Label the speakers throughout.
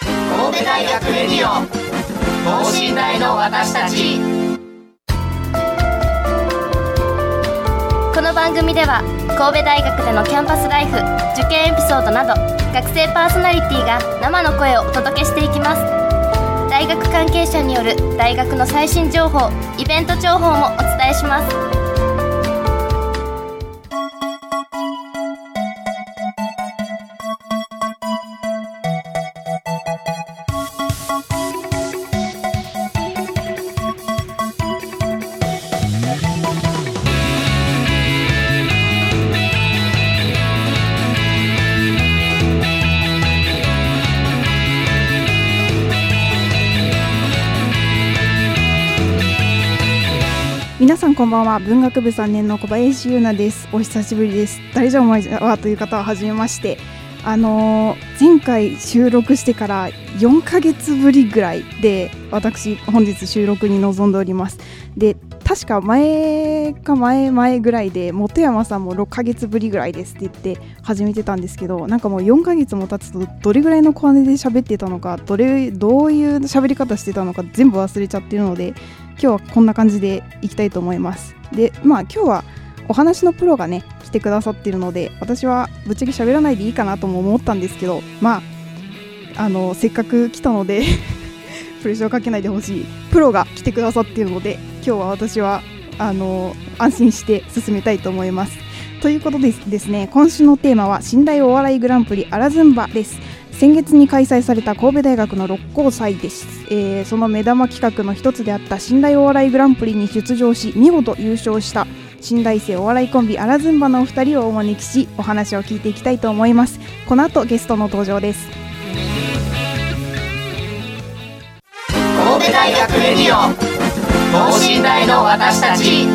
Speaker 1: 成大学レディオン等身大の私たち
Speaker 2: この番組では神戸大学でのキャンパスライフ受験エピソードなど学生パーソナリティが生の声をお届けしていきます大学関係者による大学の最新情報イベント情報もお伝えします
Speaker 3: 皆さんこんばんは文学部3年の小林優奈ですお久しぶりです誰じゃお前じゃわという方は初めましてあのー前回収録してから4ヶ月ぶりぐらいで私本日収録に臨んでおりますで確か前か前前ぐらいで本山さんも6ヶ月ぶりぐらいですって言って始めてたんですけどなんかもう4ヶ月も経つとどれぐらいの小金で喋ってたのかどれどういう喋り方してたのか全部忘れちゃってるので今日はこんな感じでいきたいと思いますでまあ今日はお話のプロがね来てくださってるので私はぶっちゃけ喋らないでいいかなとも思ったんですけどまああのせっかく来たので プレッシャーをかけないでほしいプロが来てくださっているので今日は私はあの安心して進めたいと思いますということでですね今週のテーマは信頼お笑いグランプリアラズンバです先月に開催された神戸大学の六甲祭です、えーその目玉企画の一つであった信頼お笑いグランプリに出場し見事優勝した信頼生お笑いコンビアラズンバのお二人をお招きしお話を聞いていきたいと思いますこの後ゲストの登場です
Speaker 1: 神戸大学レディオン等身大の私たち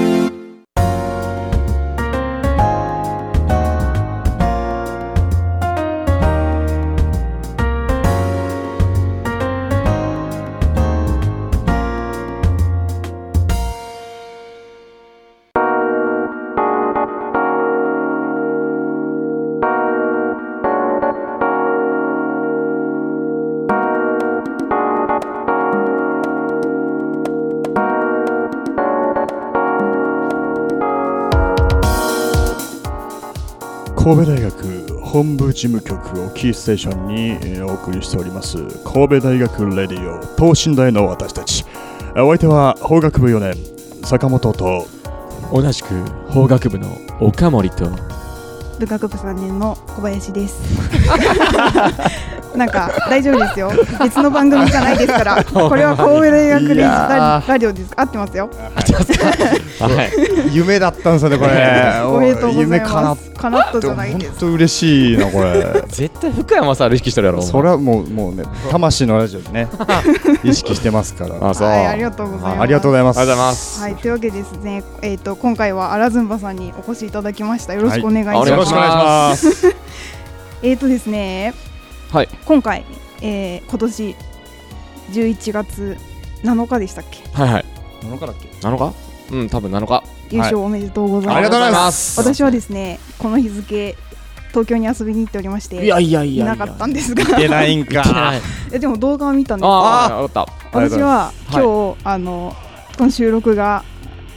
Speaker 4: 神戸大学本部事務局をキーステーションにえーお送りしております神戸大学レディオ等身大の私たちお相手は法学部4年坂本と
Speaker 5: 同じく法学部の岡森と
Speaker 3: 部学部3年の小林ですなんか大丈夫ですよ別の番組じゃないですからこれは神戸大学
Speaker 6: いや
Speaker 3: ララジオです合ってますよ
Speaker 5: はい
Speaker 6: 夢だったんですよね これ
Speaker 3: おめでとうございます
Speaker 6: 夢かなっ
Speaker 3: かなった
Speaker 6: て
Speaker 3: じゃない
Speaker 6: 本
Speaker 3: です
Speaker 6: 当嬉しいなこれ
Speaker 5: 絶対福山さん意識してるやろ
Speaker 6: それはもうもうね魂のラジオ にね意識してますから
Speaker 5: あそう
Speaker 3: はい、ありがとうございます。
Speaker 6: ありがとうございます
Speaker 5: ありがとうございます
Speaker 3: はい、というわけでですね、えっ、と今回はアラズンバさんにお越しいただきました。よろしくお願いします。
Speaker 5: はいよろしくお願いします
Speaker 3: す。えっとですね、
Speaker 5: はい
Speaker 3: 今回、えー、今年11月7日でしたっけ？
Speaker 5: はいはい
Speaker 6: 7日だっけ
Speaker 5: 7日うん多分7日
Speaker 3: 優勝おめでとうございます。
Speaker 6: ありがとうございます
Speaker 3: 私はですね、この日付東京に遊びに行っておりまして、
Speaker 5: いやいやい
Speaker 3: い
Speaker 5: や
Speaker 3: なかったんですが、
Speaker 6: 出ないんか
Speaker 5: あ
Speaker 3: え でも動画を見たんです。
Speaker 5: あーわかっ
Speaker 3: 私は
Speaker 5: ありが
Speaker 3: 今日あのこの収録が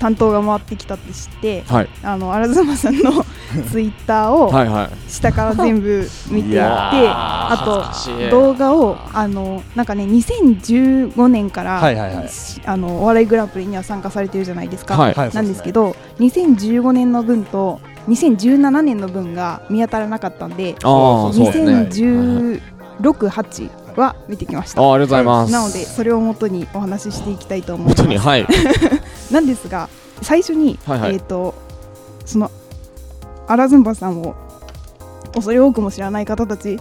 Speaker 3: 担当が回ってきたって知って。
Speaker 5: たはい
Speaker 3: あの荒妻さんの ツイッターを
Speaker 5: はいはい
Speaker 3: 下から全部見ていって、
Speaker 5: いやー
Speaker 3: あ
Speaker 5: 恥ずか
Speaker 3: と
Speaker 5: しい
Speaker 3: 動画をあのなんかね2015年から、
Speaker 6: はいはいはい
Speaker 3: しあのお笑いグランプリには参加されてるじゃないですか、
Speaker 5: はい
Speaker 6: はい
Speaker 3: なんですけど2015年の分と2017年の分が見当たらなかったんで
Speaker 5: ああそうですね
Speaker 3: 2016、8は見てきまし
Speaker 5: あ
Speaker 3: た。
Speaker 5: ありがとうございます
Speaker 3: なのでそれをもとにお話ししていきたいと思いま
Speaker 5: 本
Speaker 3: す。
Speaker 5: 当にはい
Speaker 3: なんですが最初に、
Speaker 5: はいはい
Speaker 3: えっ、とそのアラズンバさんを恐れ多くも知らない方た ち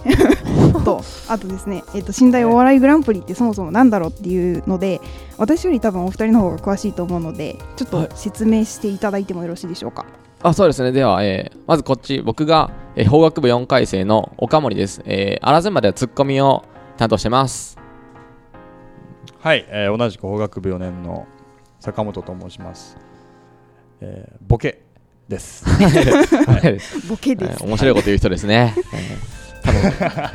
Speaker 3: とあとですね、えっと信頼お笑いグランプリってそもそもなんだろうっていうので私より多分お二人の方が詳しいと思うのでちょっと説明していただいてもよろしいでしょうか。
Speaker 5: あそうですねでは、えーまずこっち僕が、えー法学部4回生の岡森ですえー、あらずまではツッコミを担当してます
Speaker 6: はい、えー同じく法学部4年の坂本と申します、えーボケです
Speaker 5: はい
Speaker 3: ボケです、
Speaker 5: 面白いこと言う人ですねえ多 分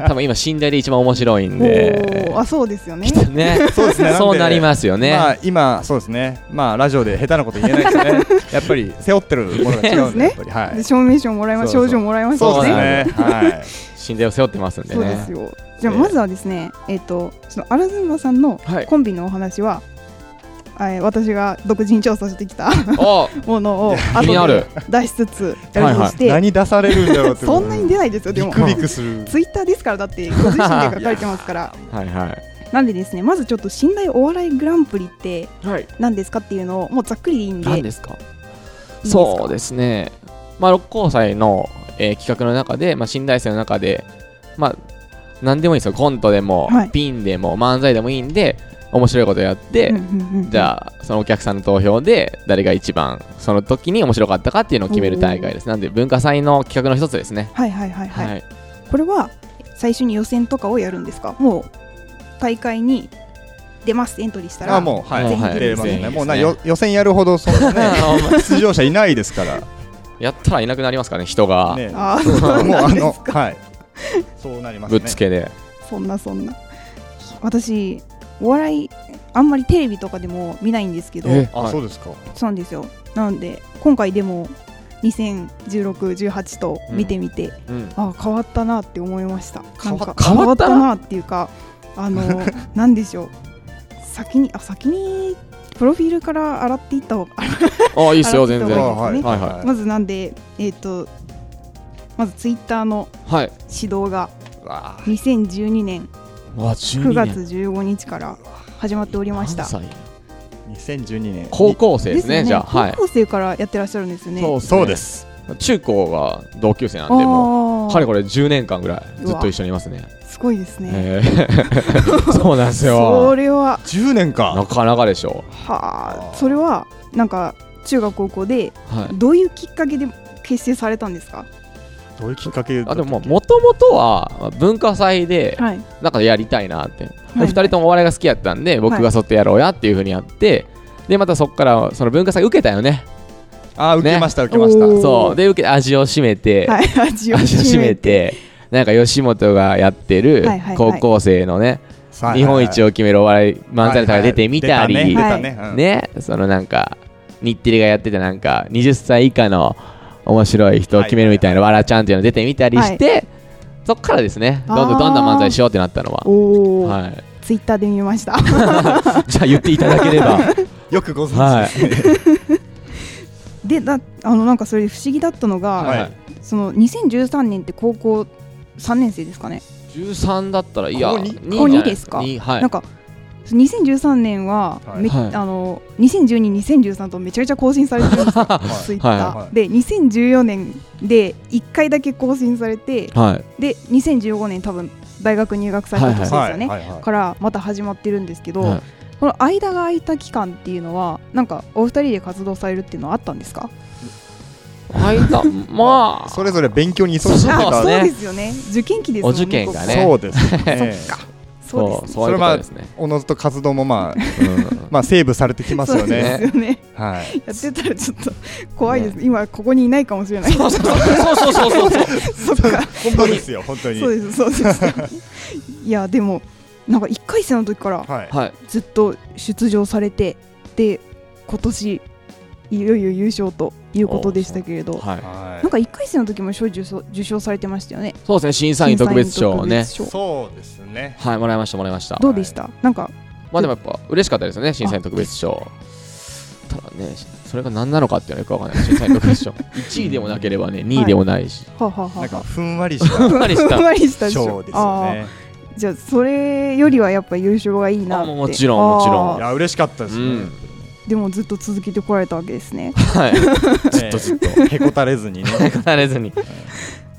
Speaker 5: 多分今寝台で一番面白いんで
Speaker 3: おーあそうですよね
Speaker 5: きっと ね
Speaker 6: そうですねなんで
Speaker 5: そうなりますよね、
Speaker 6: まあ今そうですねまあラジオで下手なこと言えないですよねやっぱり背負ってるものが違うんでやっぱり は
Speaker 3: で
Speaker 6: い
Speaker 3: 証明書もらいまし
Speaker 6: そう
Speaker 3: 症
Speaker 6: そう
Speaker 3: 状もらいました
Speaker 6: そう
Speaker 3: よ
Speaker 6: です
Speaker 3: ね
Speaker 6: ねはい
Speaker 5: 寝台を背負ってますんで
Speaker 3: そうで
Speaker 5: ね
Speaker 3: すよじゃあまずはですねえっとそのアラズンバさんの
Speaker 5: はい
Speaker 3: コンビのお話はえー私が独自に調査してき た
Speaker 5: お
Speaker 3: ものを
Speaker 5: 気
Speaker 3: 後
Speaker 5: になる
Speaker 3: で出しつつやるとして
Speaker 6: 何出されるんだろうって
Speaker 3: そんなに出ないですよで
Speaker 6: ビ
Speaker 3: も
Speaker 6: クビクする
Speaker 3: ツイッターですからだってご自身で書かれてますから
Speaker 5: はいはい
Speaker 3: なんでですねまずちょっと信頼お笑いグランプリって
Speaker 5: はい
Speaker 3: 何ですかっていうのをもうざっくりでいいんで
Speaker 5: 何です
Speaker 3: す
Speaker 5: か
Speaker 3: か
Speaker 5: そうですねまあ六甲祭の、えー企画の中で、まあ、新大生の中でまあ何でもいいですよコントでも、
Speaker 3: はい
Speaker 5: ピンでも漫才でもいいんで面白いことやって、
Speaker 3: うんうんうん
Speaker 5: じゃあそのお客さんの投票で誰が一番その時に面白かったかっていうのを決める大会ですなんで文化祭の企画の一つですね
Speaker 3: はいはいはいはい、
Speaker 5: はい
Speaker 3: これは最初に予選とかをやるんですかもう大会に出ますエントリーしたら
Speaker 6: あもうはい
Speaker 5: もうはい
Speaker 6: 出れます
Speaker 5: 全員
Speaker 6: ね
Speaker 5: ですね
Speaker 6: もうなよ予選やるほどそん なね
Speaker 5: あの
Speaker 6: 出場者いないですから
Speaker 5: やったらいなくなりますからね人が
Speaker 6: ね
Speaker 3: あー
Speaker 6: そう
Speaker 3: そう
Speaker 6: もう
Speaker 3: な
Speaker 6: あ
Speaker 3: んで
Speaker 6: の
Speaker 3: すか
Speaker 6: はいそうなります
Speaker 5: ぶ
Speaker 6: ね
Speaker 5: っつけで
Speaker 3: そんなそんな私お笑いあんまりテレビとかでも見ないんですけど
Speaker 5: え
Speaker 6: あそうですか
Speaker 3: そうなんですよなので今回でも201618と見てみて、
Speaker 5: うん
Speaker 3: あー変わったなって思いましたなんか
Speaker 5: 変
Speaker 3: 変
Speaker 5: わ
Speaker 3: わ
Speaker 5: っ
Speaker 3: ったたなっていうかあ のなんでしょう先にあ先にプロフィールから洗っていった方が
Speaker 5: あいいっすよ
Speaker 3: 洗
Speaker 5: 全
Speaker 3: って
Speaker 6: あ
Speaker 3: た
Speaker 5: 然
Speaker 3: 方
Speaker 5: は
Speaker 3: がいいですね
Speaker 5: はい
Speaker 6: はい
Speaker 3: まずなんで、えっ、と、まずツイッターの
Speaker 5: い
Speaker 3: 指導が
Speaker 6: わあ
Speaker 3: 2012年
Speaker 5: わ12
Speaker 3: 9
Speaker 5: 年
Speaker 3: 月15日から始まっておりました
Speaker 5: 何。歳
Speaker 6: 2012年
Speaker 5: 高校生ですね
Speaker 3: よ
Speaker 5: じゃあはい
Speaker 3: 高校生からやってらっしゃるんですよね。
Speaker 5: そう
Speaker 6: そうです
Speaker 5: 中高が同級生なん
Speaker 3: あ
Speaker 5: でもう
Speaker 3: ー
Speaker 5: かれこれ10年間ぐらいずっと一緒にいますね
Speaker 3: すごいですね。
Speaker 5: えー そうなんです
Speaker 3: そ
Speaker 5: よ
Speaker 3: れは、
Speaker 6: 10年
Speaker 5: な
Speaker 6: か
Speaker 5: かなかでしょ
Speaker 3: は
Speaker 6: あ
Speaker 3: あ、
Speaker 6: ー
Speaker 3: それは、なんか、中学高校で、
Speaker 5: はい
Speaker 3: どういうきっかけで結成されたんですか
Speaker 6: どういうきっかけだ
Speaker 5: あ
Speaker 6: った
Speaker 5: で
Speaker 6: っけ
Speaker 5: ももともとはまあ文化祭で
Speaker 3: はい。
Speaker 5: なんかやりたいなって、で
Speaker 3: は
Speaker 5: 二
Speaker 3: い
Speaker 5: 人ともお笑いが好きやったんで僕がそってやろうやっていうふうにやってでまたそこからその文化祭受けたよね
Speaker 6: あ受けました受けまし
Speaker 3: おー
Speaker 6: た
Speaker 5: そうで受け味を占めて、
Speaker 3: はい、 味を
Speaker 5: 味を
Speaker 3: 占
Speaker 5: 占め。てなんか吉本がやってる
Speaker 3: はいはいはい
Speaker 5: 高校生のね、
Speaker 6: さあ
Speaker 5: 日本一を決めるお笑い漫才とか出てみたり、
Speaker 6: はいはい出たね出たねうん
Speaker 5: ね、そのなんか、日テレがやってたなんか、20歳以下の面白い人を決めるみたいな、わらちゃんっていうの出てみたりして、そっからですね、どんどんどんどん漫才しようってなったのは。
Speaker 3: おお、
Speaker 5: はい、
Speaker 3: ツイッターで見ました。
Speaker 5: じゃあ言っていただければ、
Speaker 6: よくご存
Speaker 5: はい
Speaker 6: 知ですね
Speaker 3: で、だあの、なんか、それで不思議だったのが、
Speaker 6: はい
Speaker 3: その2013年って高校3年生ですかね、
Speaker 5: 13だったら、いや、
Speaker 6: ここに
Speaker 5: 二じ
Speaker 3: こ
Speaker 5: ゃ
Speaker 3: こ
Speaker 5: ない
Speaker 3: にですか
Speaker 5: 二はい
Speaker 3: なんか2013年は、
Speaker 6: はい
Speaker 3: め
Speaker 5: はい
Speaker 3: あの2012、2013とめちゃめちゃ更新されてるんですよ、
Speaker 6: はい
Speaker 3: ツイッター、
Speaker 6: はい
Speaker 3: で2014年で1回だけ更新されて、
Speaker 5: はい、
Speaker 3: で2015年、多分大学入学された年ですよね、
Speaker 6: はいはいはい
Speaker 3: からまた始まってるんですけど、
Speaker 5: はい
Speaker 3: この間が空いた期間っていうのは、なんかお二人で活動されるっていうのはあったんですか
Speaker 5: 間、 まあ、
Speaker 6: それぞれ勉強に勤しんで
Speaker 5: そう
Speaker 6: た
Speaker 5: ね
Speaker 3: ですよね、受験期ですもんね、
Speaker 5: お受験がね
Speaker 6: そうですね
Speaker 3: そっかそうで
Speaker 5: そ
Speaker 3: す
Speaker 5: う、
Speaker 3: ね
Speaker 5: そういうことですね。
Speaker 6: おのずと活動もまあ
Speaker 5: うん
Speaker 6: まあセーブされてきますよ
Speaker 3: そうで
Speaker 6: ね
Speaker 3: すよね
Speaker 6: はい
Speaker 3: やってたらちょっと怖いです、今ここにいないかもしれないそ
Speaker 5: そうそうそうそうそうそう。
Speaker 3: っか
Speaker 6: 本当ですよ本当に
Speaker 3: そうですそうです いやでもなんか1回戦の時から
Speaker 6: はい
Speaker 5: はい。
Speaker 3: ずっと出場されてで今年いよいよ優勝ということでしたけれど
Speaker 5: はい。
Speaker 6: は
Speaker 3: なんか1回戦の時も賞受賞受賞されてましたよね
Speaker 5: そうですね、審査員特別賞をね。
Speaker 3: 審査員特別賞
Speaker 6: そうですね
Speaker 5: はい、もらいました、もらいました。
Speaker 3: どうでしたなんか
Speaker 5: まあでもやっぱ嬉しかったですよね、審査員特別賞。ただね、それが何なのかっていうのはよくわかんない。審査員特別 賞。1位でもなければね、2位でもないし。
Speaker 3: はあはあはあ
Speaker 6: なんか
Speaker 3: は
Speaker 6: ふんわり
Speaker 5: ふ
Speaker 6: し
Speaker 5: んわり
Speaker 3: あ
Speaker 5: し
Speaker 3: ふ
Speaker 5: た
Speaker 3: ん。わりした
Speaker 6: た
Speaker 3: でしょ
Speaker 6: 賞ですよ
Speaker 3: あ
Speaker 6: ね
Speaker 3: ーじゃあそれよりはやっぱ優勝がいいなって
Speaker 5: あもちろんもちろん
Speaker 3: あ
Speaker 6: い
Speaker 3: ー
Speaker 6: や嬉しかったです
Speaker 5: う
Speaker 6: ね
Speaker 5: ん
Speaker 3: でもずっと続けてこられたわけですね
Speaker 5: はい。
Speaker 6: ずっとずっとへこたれずにね
Speaker 5: 語れずに。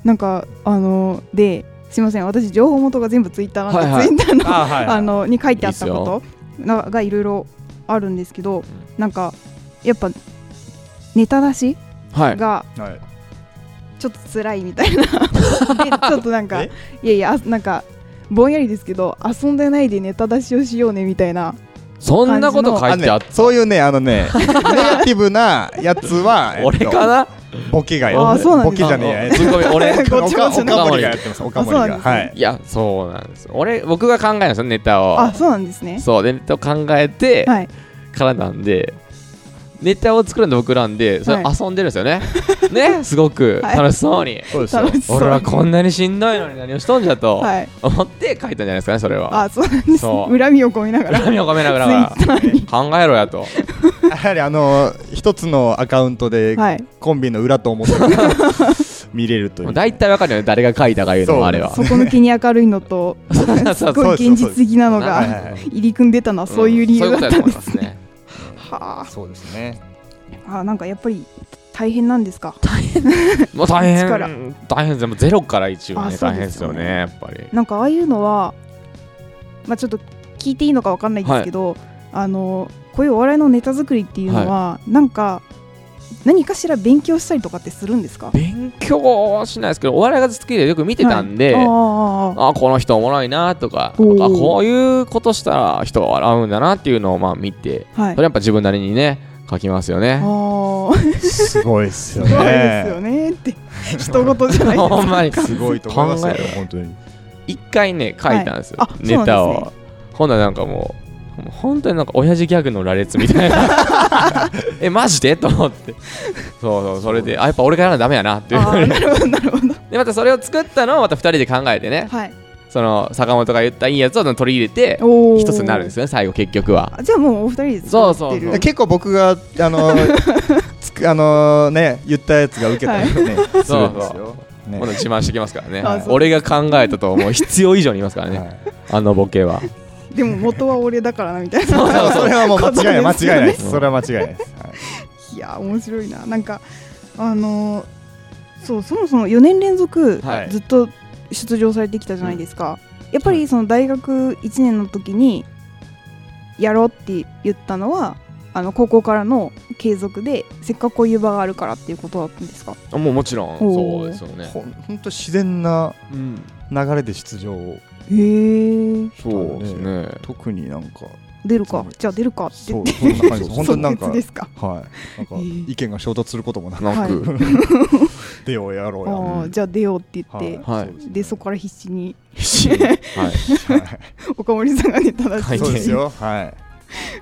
Speaker 3: なんかあのですいません私情報元が全部ツイッターなんで、
Speaker 5: はいはい
Speaker 3: ツイッターの,、
Speaker 6: あはい
Speaker 3: あのに書いてあったことながいろいろあるんですけど、なんかやっぱネタ出し
Speaker 5: はい。
Speaker 3: が
Speaker 6: はい
Speaker 3: ちょっと辛いみたいな、でちょっとなんかい
Speaker 6: え
Speaker 3: やいやあなんかぼんやりですけど遊んでないでネタ出しをしようねみたいな
Speaker 5: そんなこと書
Speaker 6: あ
Speaker 5: い
Speaker 6: の
Speaker 5: てあっ
Speaker 6: ね、そういうね、あのね、ネガティブなやつは、えっと
Speaker 5: 俺かな
Speaker 6: ボケが
Speaker 3: あ
Speaker 6: や
Speaker 3: ーそうなんだ
Speaker 6: ボケじゃねえやえっ
Speaker 5: ツッコミ俺
Speaker 6: と
Speaker 3: こっちも
Speaker 6: おかおかもりがやってます、おかもり
Speaker 3: あそうなん
Speaker 6: が。
Speaker 3: ですね
Speaker 6: はい。
Speaker 5: いやそうなんです俺僕が考えたんですよネタを
Speaker 3: あそうなんですね
Speaker 5: そうでネタを考えて
Speaker 3: はい
Speaker 5: からなんで、ネタを作るの僕なんでそれ
Speaker 3: は
Speaker 5: 遊んでるんですよね、ねすごく
Speaker 3: はい
Speaker 5: 楽しそうに、
Speaker 6: そうですよ
Speaker 3: 楽。しそう
Speaker 5: 俺はこんなにしんどいのに何をしとんじゃと
Speaker 3: はい
Speaker 5: 思って書いたんじゃないですかねそれは
Speaker 3: あそうなんです
Speaker 5: そ
Speaker 3: ね
Speaker 5: う
Speaker 3: 恨みを込みながら
Speaker 5: 恨みを込めながら
Speaker 3: ツイッターに
Speaker 5: 考えろやと
Speaker 6: やはりあの、一つのアカウントで
Speaker 3: はい
Speaker 6: コンビの裏と思って見れるとい
Speaker 5: もう
Speaker 6: う。
Speaker 5: 大体わかるよね誰が書いたかいう
Speaker 6: そ
Speaker 5: の
Speaker 6: う
Speaker 5: もあれは
Speaker 3: そこの気に明るいのと
Speaker 5: そう
Speaker 3: すごい現実的なの
Speaker 5: は
Speaker 6: はい
Speaker 5: い
Speaker 6: は
Speaker 5: はい
Speaker 3: が
Speaker 6: いはい
Speaker 3: 入り組んでたのはそういう理由だったん
Speaker 5: そういうことだと
Speaker 3: で
Speaker 5: 思いますす
Speaker 3: ね。
Speaker 5: ね
Speaker 3: は
Speaker 6: そうですね。
Speaker 3: ああなんかやっぱり大変なんですか。
Speaker 5: もう大変
Speaker 3: 力
Speaker 5: 大変ですねもうゼロから一はね
Speaker 3: あそう
Speaker 5: 大
Speaker 3: ですよね
Speaker 5: 変ですよねやっぱり
Speaker 3: なんかああいうのはまあちょっと聞いていいのかわかんないんですけど、あのこういうお笑いのネタ作りっていうのは、なんか何かしら勉強したりとかってするんですか。
Speaker 5: 勉強はしないですけどお笑いが好きでよく見てたんで、
Speaker 3: はいああ
Speaker 5: あこの人おもろいなとかあ
Speaker 3: おー
Speaker 5: こういうことしたら人が笑うんだなっていうのをまあ見て
Speaker 3: ああは
Speaker 5: そ
Speaker 3: い
Speaker 5: れ。やっぱ自分なりにね書きますよ
Speaker 3: ああ
Speaker 5: ね。
Speaker 6: すごいですよ
Speaker 3: すごいですよ
Speaker 6: ね。
Speaker 3: ねって人 事じゃないです
Speaker 5: ほんまに
Speaker 6: すごいと思いますよ
Speaker 5: 考え、
Speaker 6: 本当に。
Speaker 5: 一回ね書いたんですよ、
Speaker 3: はいあそうなんですね
Speaker 5: ネタを。ほんならなんかもうもう本当になんか親父ギャグの羅列みたいなえマジでと思ってそうそうそれであやっぱ俺がやらなダメやなってい
Speaker 3: ああ
Speaker 5: う
Speaker 3: なるほどなるほど。
Speaker 5: でまたそれを作ったのをまた二人で考えてね
Speaker 3: はい。
Speaker 5: その坂本が言ったいいやつを取り入れて
Speaker 3: おお。
Speaker 5: 一つになるんですよね最後結局は
Speaker 3: あ。じゃあもうお二人で
Speaker 5: そう
Speaker 3: 作
Speaker 5: そう
Speaker 3: ってる。
Speaker 5: そう
Speaker 6: 結構僕が、あの、つくあのね、言ったやつが受けたりね、するんですよ。ね
Speaker 5: 今度自慢してきますからね
Speaker 3: あそう
Speaker 5: 俺が考えたと思う必要以上に言いますからね、
Speaker 6: はい
Speaker 5: あのボケは
Speaker 3: でも元は俺だからなみたい な。
Speaker 6: あそれはもう間違いない間違いないです。
Speaker 5: うん
Speaker 6: それは間違いないです。はい
Speaker 3: いや面白いななんかあのーそうそもそも4年連続
Speaker 5: はい
Speaker 3: ずっと出場されてきたじゃないですか、やっぱりその大学1年の時にやろうって言ったのはあの高校からの継続でせっかくこういう場があるからっていうことだったんですか
Speaker 5: あもうもちろん
Speaker 3: おー
Speaker 5: そうですよね
Speaker 6: ほんほんと自然な
Speaker 5: うん
Speaker 6: 流れで出場を
Speaker 3: へえ
Speaker 5: そうですね
Speaker 6: 特になんか
Speaker 3: 出るか
Speaker 6: そう
Speaker 3: じゃあ出るかって
Speaker 6: そ
Speaker 3: 言っ
Speaker 6: う
Speaker 3: て
Speaker 6: そんな感じです本当になんか
Speaker 3: 即決ですか
Speaker 6: はいなんか
Speaker 3: えー
Speaker 6: 意見が衝突することもなく
Speaker 5: なく、
Speaker 6: 手をやろ
Speaker 3: あ
Speaker 6: うや
Speaker 3: ーじゃあ出ようって言っ
Speaker 6: はい
Speaker 3: て、
Speaker 5: はい
Speaker 3: でそこから必死に
Speaker 5: はい、
Speaker 3: 岡森さんがネタ出
Speaker 5: はい
Speaker 3: し
Speaker 6: そう
Speaker 3: て
Speaker 6: ですよは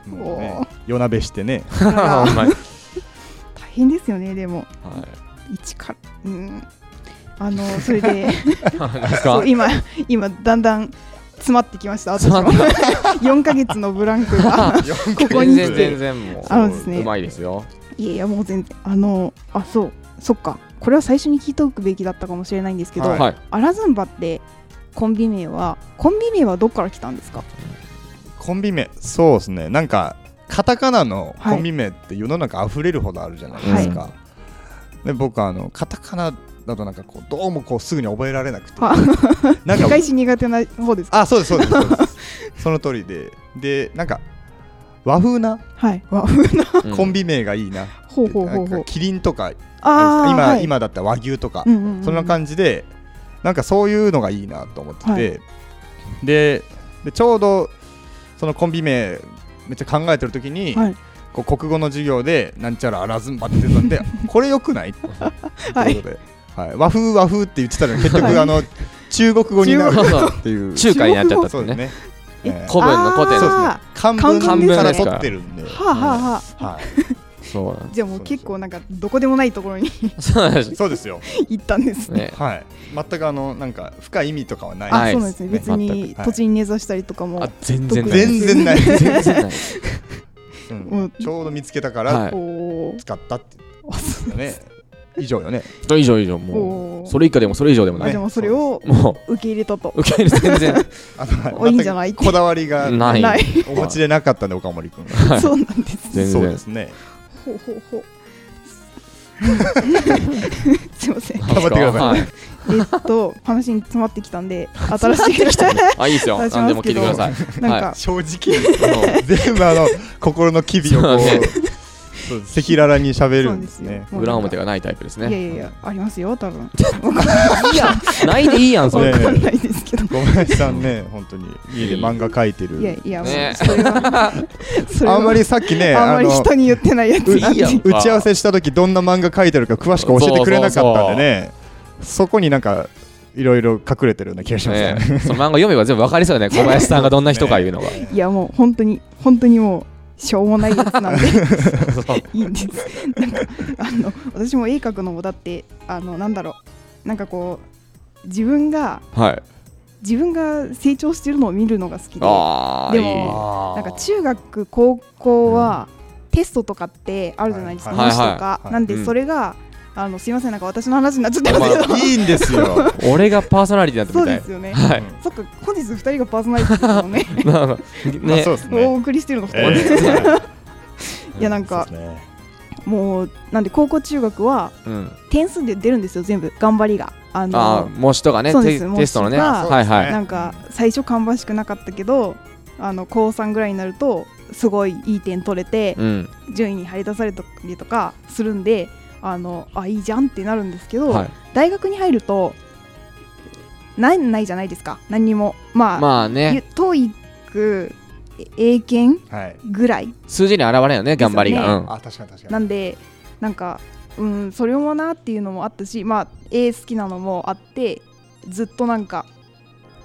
Speaker 6: いもう
Speaker 3: お
Speaker 6: ね
Speaker 3: ー
Speaker 6: 夜なべしてね
Speaker 3: あら
Speaker 5: ほんまに
Speaker 3: 大変ですよねでも
Speaker 5: は
Speaker 3: 一からうんあのそれで
Speaker 5: いです
Speaker 3: そ
Speaker 5: か
Speaker 3: う今今だんだん詰まってきました私も4ヶ月のブランク が ここ
Speaker 5: 全
Speaker 3: に
Speaker 5: 然
Speaker 3: 来て
Speaker 5: 全然もう
Speaker 3: あのですね
Speaker 5: うまいですよ
Speaker 3: いやいやもう全然あのあそうそっかこれは最初に聞いておくべきだったかもしれないんですけど、
Speaker 6: はい
Speaker 5: はい
Speaker 3: アラズンバってコンビ名はコンビ名はどっから来たんですか
Speaker 6: コンビ名そうですねなんかカタカナのコンビ名って世の中溢れるほどあるじゃないですか、で僕あのカタカナだとなんかこうどうもこうすぐに覚えられなくて
Speaker 3: あ
Speaker 6: なん
Speaker 3: 世
Speaker 6: か
Speaker 3: 界史苦手な方ですか
Speaker 6: あそうですそうですそうです その通りででなんか和風な
Speaker 3: はい わ
Speaker 5: うん
Speaker 6: コンビ名がいいな、
Speaker 3: ほうほう
Speaker 6: な
Speaker 3: ほうんほ
Speaker 6: か
Speaker 3: う
Speaker 6: キリンとか
Speaker 3: あー
Speaker 6: 今、
Speaker 3: はい
Speaker 6: 今だったら和牛とか、
Speaker 3: うんうんうん
Speaker 6: そんな感じでなんかそういうのがいいなと思ってて、
Speaker 3: はい
Speaker 6: ででちょうどそのコンビ名めっちゃ考えてる時に、
Speaker 3: はい
Speaker 6: こう国語の授業でなんちゃらあらずんばってた んでこれよくないって
Speaker 3: は
Speaker 6: こ
Speaker 3: い
Speaker 6: とで、はい、和風和風って言っ てたのに結局、
Speaker 3: はい
Speaker 6: あの中国語になる
Speaker 5: そうそう
Speaker 6: っていう
Speaker 5: 中華になっちゃったって
Speaker 6: そうです
Speaker 5: ね
Speaker 6: ね
Speaker 3: え
Speaker 6: ええ
Speaker 5: 古文の古典
Speaker 6: そうで
Speaker 5: の
Speaker 6: す
Speaker 3: あ
Speaker 6: ね漢
Speaker 3: 漢文ですね
Speaker 6: 文から取ってるんで、は
Speaker 3: はあはあは
Speaker 6: い、
Speaker 5: そうなん
Speaker 3: あじゃあもう結構なんかどこでもないところに
Speaker 5: そうなんです
Speaker 6: そうですよ
Speaker 3: 行ったんですね
Speaker 5: ね
Speaker 6: はい、全くあのなんか深い意味とかはない。
Speaker 3: あ、
Speaker 5: ない
Speaker 3: そうなん
Speaker 5: で
Speaker 3: ですすね。
Speaker 5: ね
Speaker 3: 別に
Speaker 6: 全くはい
Speaker 3: 土地に根ざしたりとかも、
Speaker 5: あ全然ない
Speaker 6: 全 然ない。
Speaker 5: 全然ない
Speaker 6: うん
Speaker 3: もう
Speaker 6: ちょうど見つけたか
Speaker 5: は
Speaker 6: ら
Speaker 5: い
Speaker 3: お
Speaker 6: 使ったって言うんだよね。 以上よね。
Speaker 5: それ以上以上
Speaker 3: ー
Speaker 5: も
Speaker 3: お
Speaker 5: う
Speaker 3: ー。
Speaker 5: それ以下でもそれ以上でも
Speaker 3: あ
Speaker 5: な
Speaker 3: で
Speaker 5: い
Speaker 3: もそれを
Speaker 5: も
Speaker 3: 受け入れたと
Speaker 5: う。受け入れ全然
Speaker 6: あの
Speaker 3: おいいんじゃない
Speaker 6: 全くこだわりが
Speaker 5: ない
Speaker 3: ない
Speaker 6: お持ちでなかったんで岡森君が。
Speaker 5: はい
Speaker 3: そうなんです。
Speaker 5: 全
Speaker 6: そうで
Speaker 5: 然
Speaker 6: すね。
Speaker 3: ほうほうほう。 すいません。え
Speaker 6: 頑張ってください
Speaker 5: い
Speaker 3: っと話に詰まってきたんで、新しい
Speaker 5: あいいですよ
Speaker 3: 出しますけど
Speaker 5: 何でも聞いてください
Speaker 3: なんか、
Speaker 6: 正直に全部あの心の機微をこ
Speaker 5: そうね
Speaker 6: うそう赤裸々に喋るんですね。
Speaker 3: そうですよ
Speaker 5: 裏表がないタイプです
Speaker 3: いや
Speaker 5: ね。
Speaker 3: いやいやありますよ多分わ
Speaker 5: いや、ないでいいやん、それ。
Speaker 6: ね
Speaker 5: ね
Speaker 3: かんないですけど
Speaker 6: 小林さんね、本当に家で漫画描いて
Speaker 3: いや
Speaker 6: る。
Speaker 3: いや、
Speaker 5: ね
Speaker 3: それは それは
Speaker 6: あんまりさっきね、
Speaker 3: あんまり
Speaker 6: の
Speaker 3: 人に言ってないやつ
Speaker 5: いいやん
Speaker 6: 打ち合わせした時どんな漫画描いてるか詳しく教えてくれなかったんでねそこになんかいろいろ隠れてるような気がしますね
Speaker 5: その漫画読めば全部わかりそうだね。小林さんがどんな人かい うのが。
Speaker 3: いやもう本当に本当にもうしょうもないやつなん でいいんですなんかあの私も絵描くのもだってあのなんだろうなんかこう自分が
Speaker 5: はい。
Speaker 3: 自分が成長してるのを見るのが好きで
Speaker 5: ああ、
Speaker 3: で
Speaker 5: いい。
Speaker 3: もなんか中学高校は、テストとかってあるじゃないですか、
Speaker 6: はい
Speaker 3: 模試とか、
Speaker 6: はい
Speaker 3: なんで
Speaker 5: うん
Speaker 3: それが、あのすいませんなんか私の話になっちゃって
Speaker 5: お
Speaker 3: ますけ
Speaker 5: 前
Speaker 3: ど
Speaker 6: いいんです よ
Speaker 5: 俺がパーソナリティに
Speaker 3: そう
Speaker 5: な
Speaker 3: で
Speaker 5: って
Speaker 3: すよね、
Speaker 5: みたい。
Speaker 3: そっか本日二人がパーソナリティですもんね
Speaker 5: はい。
Speaker 6: まあ
Speaker 5: ね
Speaker 6: そうです
Speaker 3: お
Speaker 6: ね
Speaker 3: 送りしてるの二人、
Speaker 6: ええ
Speaker 3: いやなん
Speaker 6: そう
Speaker 3: か
Speaker 6: ですね
Speaker 3: もうなんで高校中学は
Speaker 5: うん。
Speaker 3: 点数で出るんですよ全部頑張りがあの
Speaker 5: ああ、模試とかね、
Speaker 3: そうで
Speaker 5: テ
Speaker 3: す
Speaker 5: テストのね。
Speaker 3: 模試と
Speaker 6: か
Speaker 5: はいは
Speaker 6: あ
Speaker 5: い。
Speaker 3: なんか最初芳しくなかったけどあの高3ぐらいになるとすごいいい点取れて
Speaker 5: うん。
Speaker 3: 順位に張り出されたりとかするんであのあいいじゃんってなるんですけど、
Speaker 5: はい。
Speaker 3: 大学に入るとないないじゃないですか何にもまあ、
Speaker 5: まあね、
Speaker 3: トイック英検
Speaker 6: はい
Speaker 3: ぐらい
Speaker 5: 数字に現れるよね、頑張り
Speaker 3: です
Speaker 5: が。
Speaker 3: よ
Speaker 5: うん
Speaker 6: あ確かに確か
Speaker 3: な
Speaker 6: に
Speaker 3: んでなんかうんそれもなっていうのもあったしまあ絵好きなのもあってずっとなんか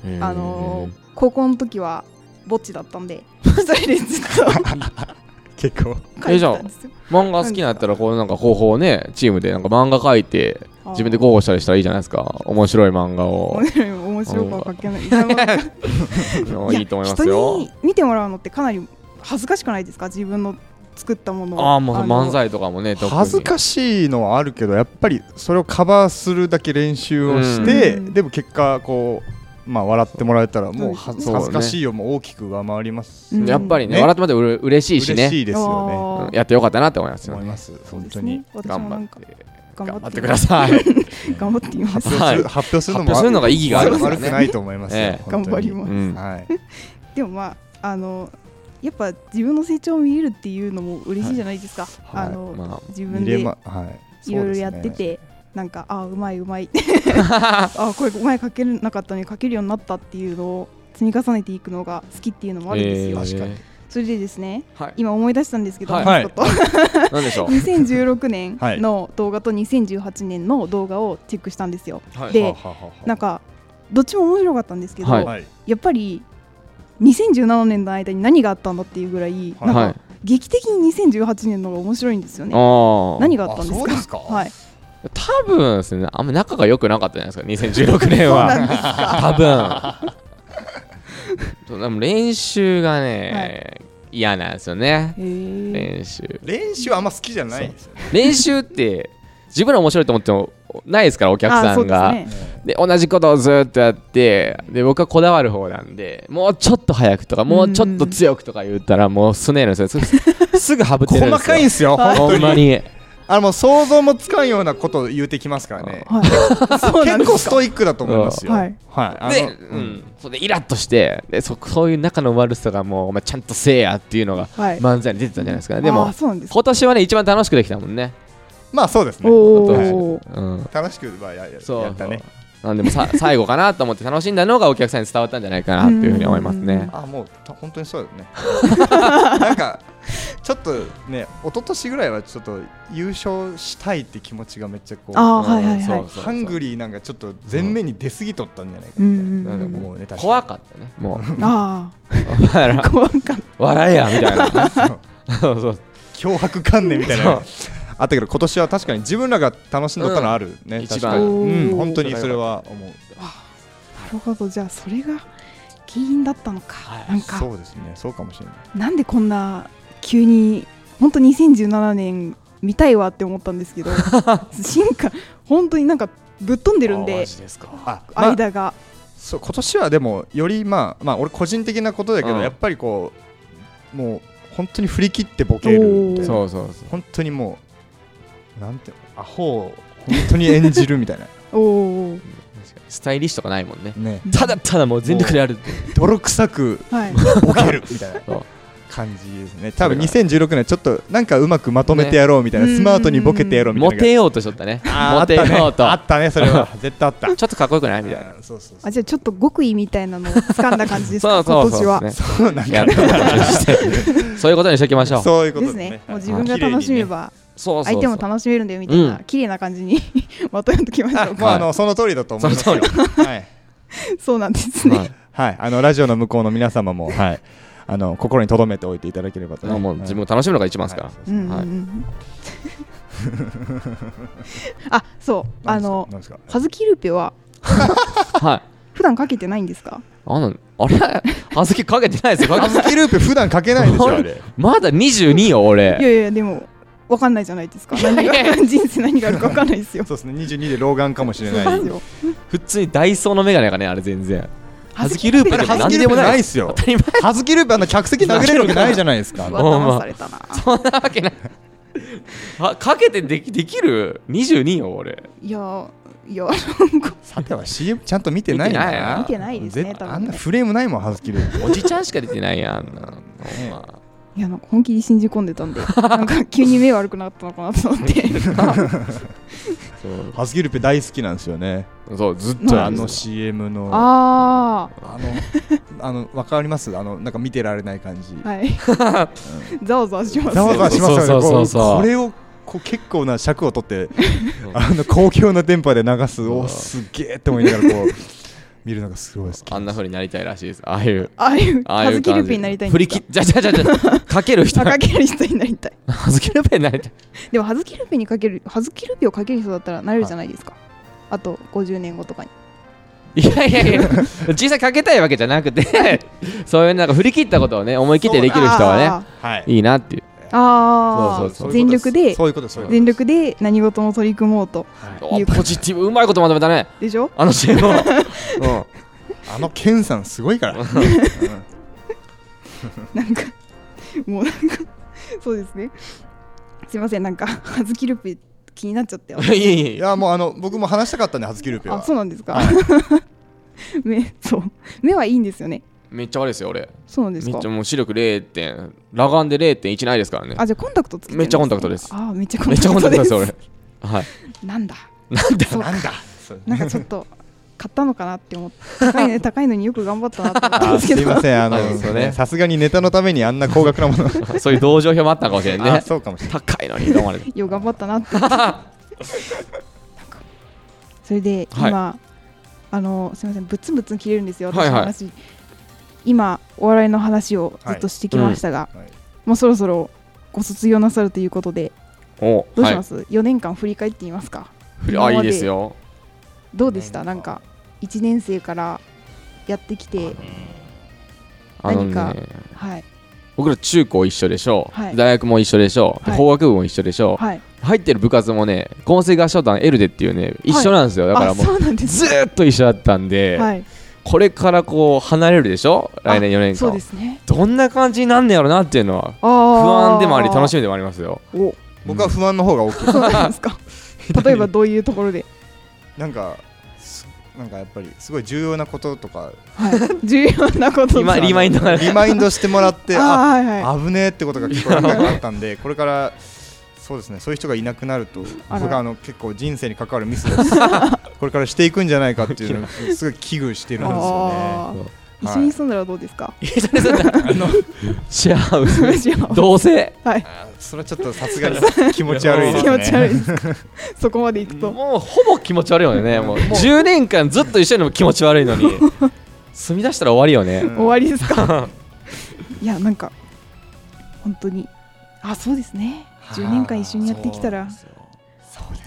Speaker 5: うん
Speaker 3: あのー高校の時はぼっちだったんでそれでずっと
Speaker 6: 結構
Speaker 3: 書いてたんですよ
Speaker 5: 漫画好きになったら、こうなんか方法をね、チームでなんか漫画描いて、自分で候補したりしたらいいじゃないですか。面白い漫画を。
Speaker 3: 面白くは書 けないいやまあ
Speaker 5: うんいいと思います
Speaker 3: 人
Speaker 5: よ
Speaker 3: に。見てもらうのってかなり恥ずかしくないですか自分の作ったものを
Speaker 5: ああ、もうその
Speaker 3: の
Speaker 5: 漫才とかもね、特に
Speaker 6: 恥ずかしいのはあるけどやっぱりそれをカバーするだけ練習をして、
Speaker 3: うん
Speaker 6: でも結果こうまあ笑ってもらえたらもうは
Speaker 5: そう
Speaker 6: 恥ずかしいよもう大きく上回ります、
Speaker 3: うん
Speaker 5: やっぱりね、
Speaker 6: ね
Speaker 5: 笑ってもらってうれ嬉しいし
Speaker 6: 嬉
Speaker 5: ね、
Speaker 6: しいですよ
Speaker 3: あ
Speaker 6: ね
Speaker 3: ー
Speaker 5: うんやってよかったなって思いますよ
Speaker 6: 思い
Speaker 5: ね。
Speaker 6: ます
Speaker 3: そう
Speaker 6: 本
Speaker 3: で
Speaker 6: 当
Speaker 3: す
Speaker 6: に
Speaker 3: ね私も
Speaker 5: 頑
Speaker 3: な
Speaker 5: 張っ
Speaker 3: んか
Speaker 5: て、
Speaker 3: 頑張
Speaker 5: 頑張
Speaker 3: っ
Speaker 5: っててください。
Speaker 3: 頑張っています
Speaker 6: 発表する発表するのも
Speaker 5: 発表するのが意義があるからね
Speaker 6: 悪くないと思いますよ、
Speaker 5: ええ
Speaker 3: 頑
Speaker 6: 本当に
Speaker 3: 張ります、
Speaker 5: うん
Speaker 6: はい
Speaker 3: でもまああのやっぱ自分の成長を見えるっていうのも嬉しいじゃないですか、
Speaker 6: はい
Speaker 3: あの、
Speaker 5: ま
Speaker 3: 自分
Speaker 6: 見
Speaker 3: で
Speaker 6: れ
Speaker 3: いろ
Speaker 6: まはい
Speaker 3: いろやってて、なんかあうまいうまい あこれ前書けなかったのに書けるようになったっていうのを積み重ねていくのが好きっていうのもあるんですよ、
Speaker 5: えー
Speaker 6: 確かに
Speaker 3: それでですね
Speaker 5: はい。
Speaker 3: 今思い出したんですけど、
Speaker 5: はい
Speaker 3: 話す こと
Speaker 5: なんでしょう。
Speaker 3: 2016年の動画と2018年の動画をチェックしたんですよ、
Speaker 5: はい
Speaker 3: で
Speaker 6: はははは
Speaker 3: なんかどっちも面白かったんですけど、
Speaker 5: はい
Speaker 6: はい
Speaker 3: やっぱり2017年の間に何があったんだっていうぐらい、
Speaker 6: はい
Speaker 5: は
Speaker 3: ないんか。劇的に2018年の方が面白いんですよね。
Speaker 5: ああ。
Speaker 3: 何があったんで
Speaker 6: あ
Speaker 3: す
Speaker 6: そう
Speaker 3: か
Speaker 6: ですか
Speaker 3: はい、
Speaker 5: 多分ですね、あんま仲が良くなかったじゃないですか、2016年
Speaker 3: そうなん
Speaker 5: は。
Speaker 3: ですか
Speaker 5: 多分。 そうでも練習がね、嫌なんですよね。
Speaker 3: へー
Speaker 5: 練習。
Speaker 6: 練習あんま好きじゃないですよね
Speaker 5: 練習って、自分ら面白いと思っても、ないですから、お客
Speaker 3: あ
Speaker 5: さ
Speaker 3: そうんです
Speaker 5: が。
Speaker 3: ね
Speaker 5: で同じことをずっとやってで僕はこだわる方なんでもうちょっと早くとかもうちょっと強くとか言ったらもうすねるんですよすすぐハブってるんですよ
Speaker 6: 細かいんですよ本
Speaker 5: ほ
Speaker 6: 当
Speaker 5: んま
Speaker 6: に
Speaker 5: に
Speaker 6: あのもう想像もつかんようなことを言うてきますからね
Speaker 3: はい、そうなんで
Speaker 6: 結構
Speaker 3: す
Speaker 6: ストイックだと思いますよ
Speaker 3: うん
Speaker 6: は
Speaker 3: はいい
Speaker 6: あ
Speaker 5: で、
Speaker 6: の
Speaker 5: う
Speaker 6: うん
Speaker 5: ん、それでイラッとしてでそそういう仲の悪さがもうお前ちゃんとせえやっていうのが
Speaker 3: はい
Speaker 5: 漫才に出てたんじゃないですか、で
Speaker 3: あ
Speaker 5: も
Speaker 3: そうなんです
Speaker 5: 今年はね一番楽しくできたもんね、
Speaker 6: まあそうですね
Speaker 3: おお、
Speaker 5: はいうん、
Speaker 6: 楽しくはやや
Speaker 5: そう
Speaker 6: やったね
Speaker 5: なんでもさ 最後かなと思って楽しんだのがお客さんに伝わったんじゃないかなっていうふうに思いますね
Speaker 6: あもうた本当にそうだ ねなんかちょっとね一昨年ぐらいはちょっと優勝したいって気持ちがめっちゃこう
Speaker 3: あーはいはいはい
Speaker 5: うんそうそうそう
Speaker 6: ハングリーなんかちょっと前面に出過ぎとったんじゃないか
Speaker 3: う
Speaker 6: みたい
Speaker 3: ん
Speaker 6: な
Speaker 3: うん
Speaker 6: な
Speaker 3: うんん
Speaker 6: かもうね確かに
Speaker 5: 怖かったね もう
Speaker 3: あ
Speaker 5: お前ら
Speaker 3: あ怖かった
Speaker 5: 笑えやみたい な
Speaker 6: そう
Speaker 5: そうそう
Speaker 6: 脅迫観念みたい
Speaker 5: そ
Speaker 6: な
Speaker 5: う
Speaker 6: あったけど今年は確かに自分らが楽しんどったのはあるね、
Speaker 5: うん
Speaker 6: 確
Speaker 5: 一
Speaker 6: か
Speaker 5: 番
Speaker 6: に
Speaker 3: お
Speaker 6: う
Speaker 3: ー
Speaker 6: ん、本当にそれは思う
Speaker 3: なるほどじゃあそれが原因だったのか、なんか
Speaker 6: そうですねそうかもしれない
Speaker 3: なんでこんな急に本当2017年見たいわって思ったんです けど進化本当になんかぶっ飛んでるん
Speaker 5: あ
Speaker 3: で
Speaker 5: マジですか
Speaker 6: あ、まあ、
Speaker 3: 間が、
Speaker 6: そう今年はでもよりまあまあ俺個人的なことだけど、
Speaker 5: うん
Speaker 6: やっぱりこうもう本当に振り切ってボケるみたいな
Speaker 5: そうそうそう
Speaker 6: 本当にもうなんてアホを本当に演じるみたいな
Speaker 3: おおー
Speaker 5: スタイリッシュとかないもんね
Speaker 6: ね
Speaker 5: ただただもう全力でやる
Speaker 6: 泥臭く
Speaker 3: はい
Speaker 6: ボケるみたいな
Speaker 5: そう
Speaker 6: 感じですね多分2016年ちょっとなんかうまくまとめてやろうみたいな、
Speaker 3: ね
Speaker 6: スマートにボケてやろうみたい
Speaker 5: モ
Speaker 6: な
Speaker 5: テようとしとったね
Speaker 6: あー
Speaker 5: モテようと
Speaker 6: あったねあったねそれは絶対あった
Speaker 5: ちょっとかっこよくないみたいな
Speaker 6: うんそうそうそう
Speaker 3: あじゃあちょっと極意みたいなのを掴んだ感じです
Speaker 5: そ
Speaker 3: か
Speaker 5: う そう
Speaker 3: 今年は
Speaker 5: そうですね
Speaker 6: そうなん
Speaker 5: や
Speaker 6: か
Speaker 5: ったことにしてそういうことにしておきましょう
Speaker 6: そういうこ
Speaker 3: で
Speaker 6: と
Speaker 3: す
Speaker 6: す
Speaker 3: ね
Speaker 6: ね。
Speaker 3: もう自分が楽しめば
Speaker 5: そうそうそう
Speaker 3: 相手も楽しめるんだよみたいな
Speaker 5: うん
Speaker 3: 綺麗な感じに まとめときましょ
Speaker 6: あ
Speaker 3: う。
Speaker 6: もうあのその通りだと思います
Speaker 5: その
Speaker 6: はい
Speaker 3: そうなんですね。
Speaker 5: はい
Speaker 6: はいあのラジオの向こうの皆様もはいあの心に留めておいていただければと
Speaker 5: まあ
Speaker 6: ね
Speaker 5: もう自分を楽しむのが一番ですから
Speaker 3: うんうんう
Speaker 5: はい
Speaker 3: ん。 あ、そうあの
Speaker 6: なんですか
Speaker 3: ハズキルーペは
Speaker 5: はい
Speaker 3: 普段かけてないんですか？
Speaker 5: あのあれ あずきかけてないですよ
Speaker 6: あずきループ普段かけないでしょあれ
Speaker 5: まだ22よ
Speaker 3: い
Speaker 5: 俺
Speaker 3: やいやでもわかんないじゃないですか。何が人生何があるかわかんないですよ。
Speaker 6: そうですね22で老眼かもしれ
Speaker 3: そうな
Speaker 6: なんい
Speaker 3: ですよ。
Speaker 5: 普通にダイソーのメガネがねあれ全然
Speaker 3: は
Speaker 5: は
Speaker 3: ず
Speaker 5: ず
Speaker 3: き
Speaker 5: きループでも
Speaker 6: ハズ
Speaker 5: 何
Speaker 6: キ
Speaker 5: で
Speaker 6: ルー
Speaker 5: も
Speaker 6: プ
Speaker 5: な
Speaker 6: ないい
Speaker 5: で
Speaker 6: っ
Speaker 5: す
Speaker 6: すよ
Speaker 5: 当たり前
Speaker 6: ハズキループあの客席投げれるわけないじゃないですか
Speaker 3: う
Speaker 6: あ
Speaker 3: わ
Speaker 6: の
Speaker 5: ほんま
Speaker 3: 騙されたな。
Speaker 5: そんなわけないはかけてできできる22よ俺
Speaker 3: いやいや
Speaker 6: さては CM ちゃんと見てないんだな
Speaker 5: 見
Speaker 3: てないな見てないですね
Speaker 6: ぜ
Speaker 3: 多分ね
Speaker 6: あんなフレームないもんハズキループ
Speaker 5: おじちゃんしか出てないやんあんなのほんま
Speaker 3: いやなんか本気で信じ込んでたんでなんか急に目悪くなったのかなと思って。
Speaker 5: そ
Speaker 6: ハズキループ大好きなんですよね
Speaker 5: うそうずっ
Speaker 3: そう
Speaker 5: と
Speaker 6: あ
Speaker 5: あの
Speaker 6: の CM の
Speaker 3: あ
Speaker 6: あ の、あの、わかります、あの、なんか見てられない感じ。
Speaker 3: あはい。ざわざわします
Speaker 6: ざわざわしますよ
Speaker 5: そう
Speaker 6: ね
Speaker 5: そ
Speaker 6: こ
Speaker 5: うそう
Speaker 6: う。
Speaker 5: そう
Speaker 6: これを、こう、結構な尺を取 って、あの、公共の電波で流す、お、すげえって思いながら、 こう。見るのがすごい好き。
Speaker 5: あんな風になりたいらしいですああいう
Speaker 3: ああいう、
Speaker 5: ああ
Speaker 3: カ
Speaker 5: い
Speaker 3: ズ
Speaker 5: う
Speaker 3: キル
Speaker 5: 感
Speaker 3: ー
Speaker 5: じ
Speaker 3: ペになりたいん
Speaker 5: 振
Speaker 3: で
Speaker 5: り
Speaker 3: すか
Speaker 5: 切っじゃじゃじゃ じゃかける人
Speaker 3: あかける人になりたい。
Speaker 5: はずきルーペになりたい
Speaker 3: でも、ハズキルーペにかける、ハズキルーペをかける人だったらなれるじゃないですか。あと50年後とかに。
Speaker 5: いやいやいや、実際かけたいわけじゃな くて、そういうなんか振り切ったことをね、思い切ってできる人は
Speaker 3: あ
Speaker 6: はい
Speaker 5: ね、いいなっていう。
Speaker 3: ーあー、
Speaker 5: そうそうそう
Speaker 3: 全力で
Speaker 6: そ、ういうことです、そういうことです。
Speaker 3: 全力で何事も取り組もうと。
Speaker 5: お
Speaker 3: いう
Speaker 5: ポジティブ、うまいことまとめたね、
Speaker 3: でしょ
Speaker 5: あの CM は。
Speaker 6: あの、ケンさん、すごいから。うん
Speaker 3: なんか、もうなんか、そうですね。すいません、なんか、ハズキルーペ気になっちゃって。
Speaker 5: うん、いやいや
Speaker 6: い
Speaker 5: いや、
Speaker 6: や、もう、あの、僕も話したかったんで、ハズキルーペ
Speaker 3: あ、
Speaker 6: は
Speaker 3: そ。うなんですか。 目、そう。目はいいんですよね。
Speaker 5: めっちゃ悪いですよ、俺。
Speaker 3: そうなんです
Speaker 5: め
Speaker 3: か
Speaker 5: っちゃ。もう視力0点、裸眼で0.1ないですからね。
Speaker 3: あ、じゃあコンタクトつけてるん
Speaker 5: めっちゃコンタクトです
Speaker 3: あー、めっちゃコ
Speaker 5: め
Speaker 3: ン
Speaker 5: っちゃ
Speaker 3: タク
Speaker 5: 本
Speaker 3: ト
Speaker 5: 当
Speaker 3: で
Speaker 5: ですす、。俺。はい。
Speaker 3: なんだ。
Speaker 5: なんだ
Speaker 3: そう
Speaker 6: なんだ。そう
Speaker 3: なんかちょっと買ったのかなって思って高い,、 ね、高いのによく頑張ったなって思ったん
Speaker 6: あ
Speaker 3: ですけ
Speaker 6: す
Speaker 3: ど
Speaker 6: いません、あの
Speaker 5: あそうですよね
Speaker 6: さすがにネタのためにあんな高 額なものを
Speaker 5: そういう同情票もあったのかもしれん
Speaker 6: あ
Speaker 5: ね。
Speaker 6: そうかもしれない
Speaker 5: 高いのに、どうもあれ。
Speaker 3: よく頑張ったなって思ってなんかそれで今、あのすいませんぶつぶつ切れるんですよ
Speaker 5: はいは
Speaker 3: 私
Speaker 5: い
Speaker 3: の話、今お笑いの話をずっとしてきましたが、
Speaker 6: はいうんはい
Speaker 3: もうそろそろご卒業なさるということで
Speaker 5: お
Speaker 3: どう
Speaker 5: は
Speaker 3: し
Speaker 5: い
Speaker 3: ま。す、4年間振り返ってみますか
Speaker 5: ふり
Speaker 3: 今ま
Speaker 5: あ、
Speaker 3: で
Speaker 5: いいですよ。
Speaker 3: どうでしたなんか1年生からやってきて
Speaker 5: あの
Speaker 3: 何か
Speaker 5: ね、
Speaker 3: はい
Speaker 5: 僕ら中高一緒でしょ
Speaker 3: はい、
Speaker 5: 大学も一緒でしょ、で
Speaker 3: はい
Speaker 5: 法学部も一緒でしょ、
Speaker 3: はい
Speaker 5: 入ってる部活もね、混成合唱団エルデっていうね、一緒なんですよ。だから
Speaker 3: あ
Speaker 5: もう、
Speaker 3: そうなんです
Speaker 5: ずーっと一緒だったんで、
Speaker 3: はい
Speaker 5: これからこう、離れるでしょ来年4年
Speaker 3: そうで
Speaker 5: 間。
Speaker 3: すね
Speaker 5: どんな感じになんねやろなっていうのは、
Speaker 3: 不
Speaker 5: 不安でもあり、楽しみでもありますよ。
Speaker 3: みお
Speaker 6: 僕は不安の方が大きい。
Speaker 3: そうなんですか例えばどういうところで、
Speaker 6: なんかすなんかやっぱりすごい重要なこととか
Speaker 3: はい、 重要なこと
Speaker 5: 今、リマインドがね
Speaker 6: リマインドしてもらってあ
Speaker 3: あーはいはい
Speaker 6: 危ねえってことが結構あったんでこれからそうですねそういう人がいなくなると
Speaker 3: あら
Speaker 6: 僕はあの結構人生に関わるミ スをこれからしていくんじゃないかって いうのをすごい危惧してるんですよね。
Speaker 3: あー
Speaker 6: はい
Speaker 3: 一緒に住んだらどうですか
Speaker 5: シェアハウス。
Speaker 3: じゃあ
Speaker 5: 同棲。
Speaker 3: はい
Speaker 6: それはちょっとさすがに気持ち悪い で
Speaker 3: 気
Speaker 6: す
Speaker 3: 持ち
Speaker 6: ね。
Speaker 3: 悪いですか そこまでいくと
Speaker 5: もう、ほぼ気持ち悪いよね。もう、10年間ずっと一緒にも気持ち悪いの に、住み出したら終わりよね。
Speaker 3: 終わりですかいやなんか本当にあそうですね10年間一緒にやってきたら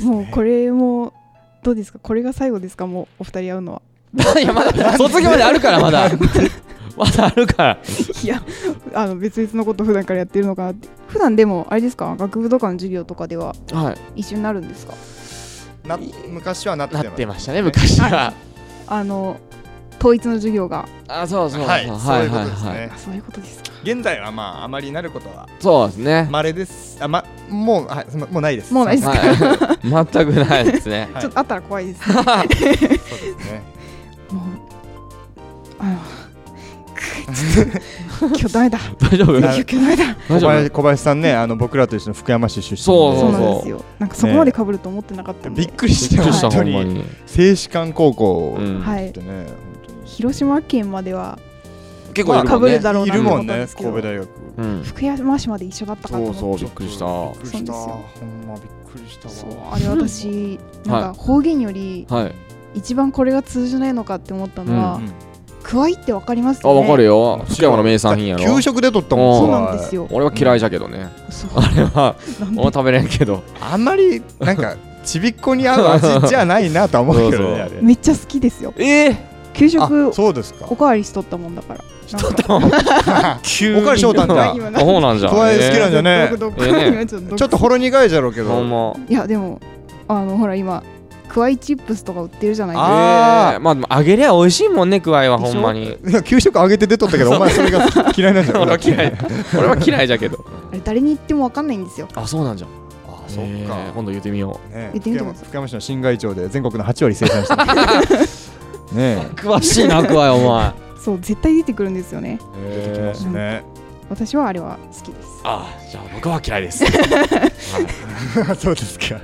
Speaker 3: もうこれもどうですかこれが最後ですかもうお二人会うのは
Speaker 5: いや、まだ、 卒業まであるから、まだ。 まだあるから。
Speaker 3: いやあの別々のこと普段からやってるのかなって普段でもあれですか学部とかの授業とかでは
Speaker 5: はい。
Speaker 3: 一緒になるんですか
Speaker 6: な昔はなって
Speaker 5: なって
Speaker 6: ま
Speaker 5: ましたね、昔は。
Speaker 3: あの統一の授業が
Speaker 5: あ、そう
Speaker 6: す。
Speaker 5: そう。
Speaker 6: はい、そういうことです
Speaker 5: はい
Speaker 6: ね。
Speaker 3: そういうことですか
Speaker 6: 現在はまああまりなることは
Speaker 5: そうですね。
Speaker 6: 稀です。あまもうはいすいまもうないです。
Speaker 3: もうないですか、
Speaker 5: はい、 全くないですね。
Speaker 6: はい
Speaker 3: ちょっとあったら怖いですね
Speaker 6: そうですね。
Speaker 3: もうあのく 今日ダメだ。
Speaker 5: 大丈夫
Speaker 3: 今日ダメだ。
Speaker 6: 小
Speaker 5: 大丈夫
Speaker 6: 林小林さんね、あの僕らと一緒の福山市出身で
Speaker 5: そう
Speaker 3: そうなん
Speaker 5: そう
Speaker 3: ですよ。なんかそこまで被ると思ってなかったん
Speaker 6: び
Speaker 3: で
Speaker 6: っ。くりし
Speaker 5: びったくりした
Speaker 6: 本
Speaker 5: ほ
Speaker 6: 当
Speaker 5: んま
Speaker 6: に
Speaker 5: に
Speaker 6: 静止館高校
Speaker 5: うん
Speaker 3: はい
Speaker 6: ってね、
Speaker 3: 広島県までは
Speaker 5: 結
Speaker 6: まあ
Speaker 5: 構
Speaker 3: 被
Speaker 5: いるもん
Speaker 3: る
Speaker 5: ね
Speaker 3: だろう
Speaker 6: い
Speaker 3: なと
Speaker 6: るも
Speaker 3: 思っ
Speaker 6: ん
Speaker 3: たん
Speaker 6: ね
Speaker 3: ですけど。
Speaker 6: 神戸大学
Speaker 5: うん
Speaker 3: 福山市まで一緒だったかと
Speaker 5: そうそ
Speaker 3: 思
Speaker 5: う
Speaker 3: って
Speaker 5: びっくりした
Speaker 6: びっくりした
Speaker 3: そうなん
Speaker 6: ほんまびっくりした
Speaker 3: そう
Speaker 6: わ
Speaker 3: あれ私なんか方言より
Speaker 5: はい
Speaker 3: 一番これが通じないのかって思ったのは
Speaker 6: うん
Speaker 3: くわいってわかります
Speaker 5: あ
Speaker 3: よね
Speaker 5: わかるよ福山の名産品やろ
Speaker 6: 給食で取ったもん
Speaker 3: そう
Speaker 6: さ
Speaker 3: なんですよ
Speaker 5: 俺は嫌いじゃけどね
Speaker 3: そう
Speaker 5: あれは
Speaker 3: なん
Speaker 5: 俺は
Speaker 3: で
Speaker 5: 食べれんけど
Speaker 6: あんまりなんかちびっこに合う味じゃないなとは思うけどねあれ
Speaker 3: めっちゃ好きですよ
Speaker 5: ええ
Speaker 3: 給食
Speaker 6: あそうですか
Speaker 3: おかわりしとったもんだからなんか
Speaker 5: 急
Speaker 6: おかわりしようたんじゃ
Speaker 5: あそうなんじゃ
Speaker 6: くわい好きなんじゃね
Speaker 3: 独特
Speaker 5: ええ
Speaker 3: 今
Speaker 5: ね
Speaker 3: ちょっと
Speaker 6: ちょっとほろ苦いじゃろうけ
Speaker 5: ほん
Speaker 6: ど
Speaker 5: ま
Speaker 3: いやでもあのほら今くわいチップスとか売ってるじゃないですか
Speaker 5: ええまあでも揚げりゃ美味しいもんねくわいはほんまに
Speaker 6: いや給食あげて出とったけどお前それが 嫌いなんじゃ
Speaker 5: 俺
Speaker 6: ろ
Speaker 5: は嫌い 俺は嫌いじゃけど
Speaker 3: あれ誰に言ってもわかんないんですよ
Speaker 5: あそうなんじゃ
Speaker 6: あ
Speaker 5: そ
Speaker 6: そ
Speaker 5: っ
Speaker 6: っ
Speaker 5: か
Speaker 6: か
Speaker 5: 今度言ってみよ
Speaker 6: ね
Speaker 3: 言ってみてください
Speaker 6: 福山市の新外町で全国の8割生産 してる ね
Speaker 5: う詳しいなくわいお前
Speaker 3: そう絶対出てくるんですよね
Speaker 6: え出てきますね
Speaker 3: 私はあれは好きです
Speaker 5: あじゃあ僕は嫌いです
Speaker 6: そうですか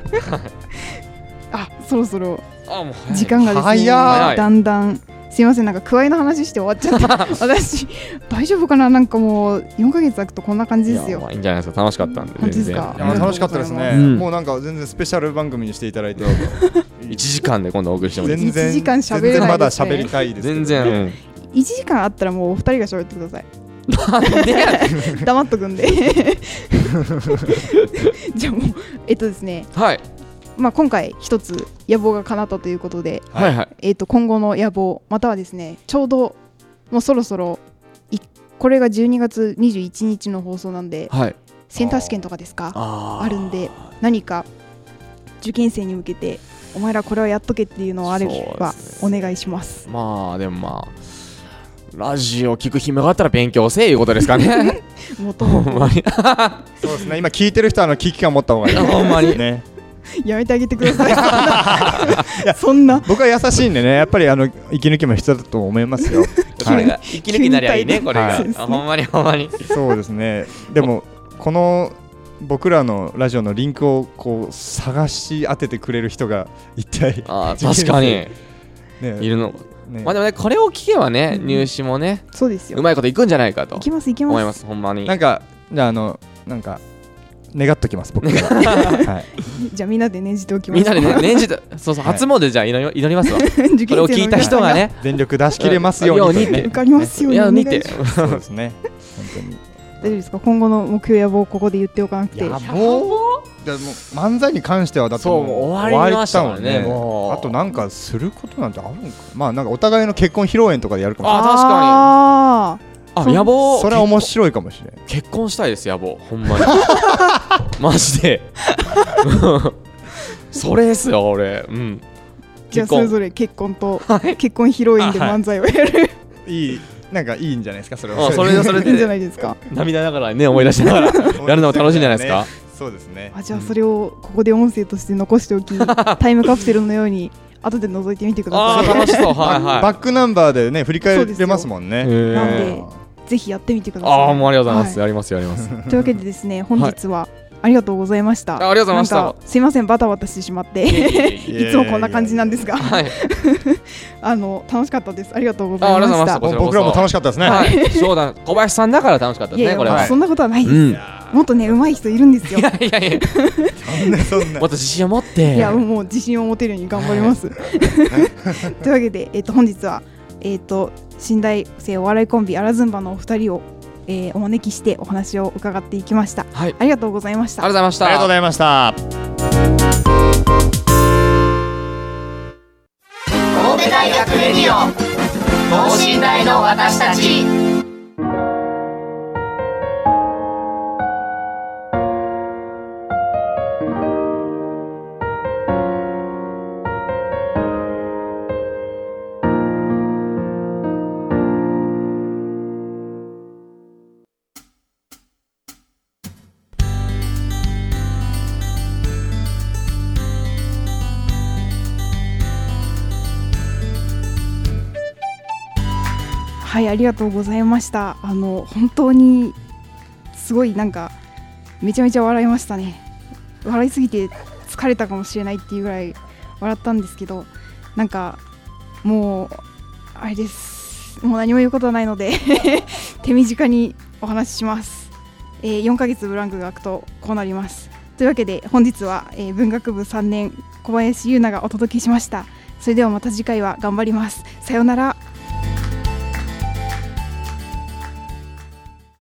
Speaker 3: あそろそろ
Speaker 5: あもう
Speaker 3: 時間がですね、
Speaker 6: 早
Speaker 5: い
Speaker 3: だんだんすいませんなんかくわいの話して終わっちゃった私大丈夫かななんかもう4ヶ月空くとこんな感じです
Speaker 5: いやま
Speaker 3: よ
Speaker 5: あいいんじゃないですか楽しかった
Speaker 3: 本
Speaker 5: んで
Speaker 3: 当で
Speaker 5: 全
Speaker 3: す
Speaker 5: 然
Speaker 3: か
Speaker 6: いや楽しかったです
Speaker 3: あ
Speaker 6: ね、
Speaker 5: うん
Speaker 6: もうなんか全然スペシャル番組にしていただいて
Speaker 5: 1時間で今度お送りしてもいいです
Speaker 6: 全然
Speaker 3: 一時間喋れないですね
Speaker 6: 全然まだ喋りたいですけど
Speaker 5: 全然
Speaker 3: 1時間あったらもうお二人が喋ってください
Speaker 5: でや
Speaker 3: 黙っとくんで じゃあもうえっとですね、
Speaker 5: はい
Speaker 3: まあ、今回一つ野望が叶ったということで、
Speaker 5: はいはい
Speaker 3: えっと、今後の野望またはですねちょうどもうそろそろいこれが12月21日の放送なんで
Speaker 5: はい
Speaker 3: センター試験とかですか
Speaker 5: あー
Speaker 3: あるんで何か受験生に向けてお前らこれはやっとけっていうのをあれば
Speaker 5: そ
Speaker 3: お
Speaker 5: うです
Speaker 3: 願いします。
Speaker 5: まあでもまあラジオ聞く暇があったら勉強せえいうことですか ね
Speaker 3: 元
Speaker 5: ほ
Speaker 3: も
Speaker 5: んまに
Speaker 6: そうですね今聞いてる人はあの危機感持った方がいい
Speaker 5: ほんまに
Speaker 6: ね
Speaker 3: やめてあげてください。そんな
Speaker 6: 僕は優しいんでねやっぱりあの息抜きも必要だと思います よ
Speaker 5: これが息抜きになりゃいいね
Speaker 3: 急に
Speaker 5: これが
Speaker 3: はい
Speaker 5: あほんまにほんまに
Speaker 6: そうですねでもこの僕らのラジオのリンクをこう探し当ててくれる人が一体
Speaker 5: あー確かに
Speaker 6: ね
Speaker 5: いるの
Speaker 6: ね
Speaker 5: まあでもねこれを聞けばね入試もね
Speaker 3: そうですよ
Speaker 5: う。まいこといくんじゃないかと
Speaker 3: いきますいき
Speaker 5: 思い
Speaker 3: ま。
Speaker 5: ますすほんまに
Speaker 6: なんかじゃああのなんか願っときます僕が、はい、
Speaker 3: じゃあみんなで念じておきます。
Speaker 5: みんなでね念じたそうそう
Speaker 6: はい
Speaker 5: 初詣じゃあ祈り祈りますわこ
Speaker 3: 受験生
Speaker 5: れ
Speaker 3: の
Speaker 5: を聞いた人がね
Speaker 6: 全力出し切れますようにと
Speaker 5: よう
Speaker 6: ね
Speaker 5: に
Speaker 3: 受かりますように
Speaker 5: いや
Speaker 3: お願い
Speaker 5: 見
Speaker 3: します
Speaker 5: て
Speaker 6: そうですね本当に
Speaker 3: 皆さん。大丈夫ですか今後の目標野望をここで言っておかなくて。
Speaker 6: やもうでも漫才に関してはだって
Speaker 5: そうもう終わりましたからね
Speaker 6: 終わりだもん
Speaker 5: もう
Speaker 6: あとなんかすることなんてあるんかまあなんかお互いの結婚披露宴とかでやるかもしれない
Speaker 3: あ確か
Speaker 5: あ野望
Speaker 6: それは面白いかもしれない
Speaker 5: 結婚したいです野望ほんまにマジで それですよ俺うん
Speaker 3: に。じゃあ
Speaker 5: 結婚
Speaker 3: それぞれ結婚と
Speaker 5: はい
Speaker 3: 結婚披露宴で
Speaker 5: あはい
Speaker 3: 漫才をやる。
Speaker 6: いいなんかいいんじゃないですかそれ
Speaker 5: あそれで それ
Speaker 3: いいんじゃな
Speaker 5: で
Speaker 3: いですか。
Speaker 5: 涙ながらね思い出しながらやるのも楽しいんじゃないですか
Speaker 6: そうですね
Speaker 3: あじゃあそれをここで音声として残しておき タイムカプセルのように後で覗いてみてくだ
Speaker 5: ああ
Speaker 3: さ
Speaker 5: 楽しそうはい
Speaker 6: バ
Speaker 5: は
Speaker 6: ックナンバーでね振り返れますもん
Speaker 5: い
Speaker 6: ね
Speaker 3: いなん
Speaker 5: へ
Speaker 3: で
Speaker 5: ー
Speaker 3: ぜひやってみてください
Speaker 5: ああもうありがとうございます
Speaker 3: は
Speaker 5: やりますやります
Speaker 3: いというわけでですね本日はありがとうございました、
Speaker 5: あありがとうございました
Speaker 3: なんかすいませんバタバタしてしまっ
Speaker 5: いえい
Speaker 3: て
Speaker 5: えいえ
Speaker 3: いつもこんな感じなんですが
Speaker 5: はい
Speaker 3: あの楽しかったですありがとうござ
Speaker 5: ああ
Speaker 3: い
Speaker 5: り
Speaker 3: ま
Speaker 5: がとう
Speaker 3: した
Speaker 5: ございました
Speaker 6: 僕らも楽しかったですね
Speaker 5: はいそうだ小林さんだから楽しかった
Speaker 3: い
Speaker 5: です
Speaker 3: や
Speaker 5: ね
Speaker 3: い
Speaker 5: これ
Speaker 3: や、
Speaker 5: は
Speaker 3: そんなことはないで
Speaker 5: う
Speaker 3: す、
Speaker 5: んい
Speaker 3: もっとね上手い人いるんですよ
Speaker 5: やいやいや
Speaker 6: そんな そんな
Speaker 5: もっと自信を持って
Speaker 3: いやもう自信を持てるように頑張ります。 というわけで、えっと本日は、えっと新大生お笑いコンビアラズンバのお二人を、えーお招きしてお話を伺っていきました。
Speaker 5: はい
Speaker 3: ありがとうございまし
Speaker 5: あ
Speaker 3: た
Speaker 5: りがとうご。ざいました
Speaker 6: ありがとうございました
Speaker 1: 神戸大学レディオ等身大の私たち
Speaker 3: ははいありがとうございましたあの本当にすごいなんかめちゃめちゃ笑いましたね笑いすぎて疲れたかもしれないっていうぐらい笑ったんですけどなんかもうあれですもう何も言うことはないので 手短にお話しします、えー4ヶ月ブランクが空くとこうなりますというわけで本日は、えー文学部3年小林優奈がお届けしましたそれではまた次回は頑張りますさようなら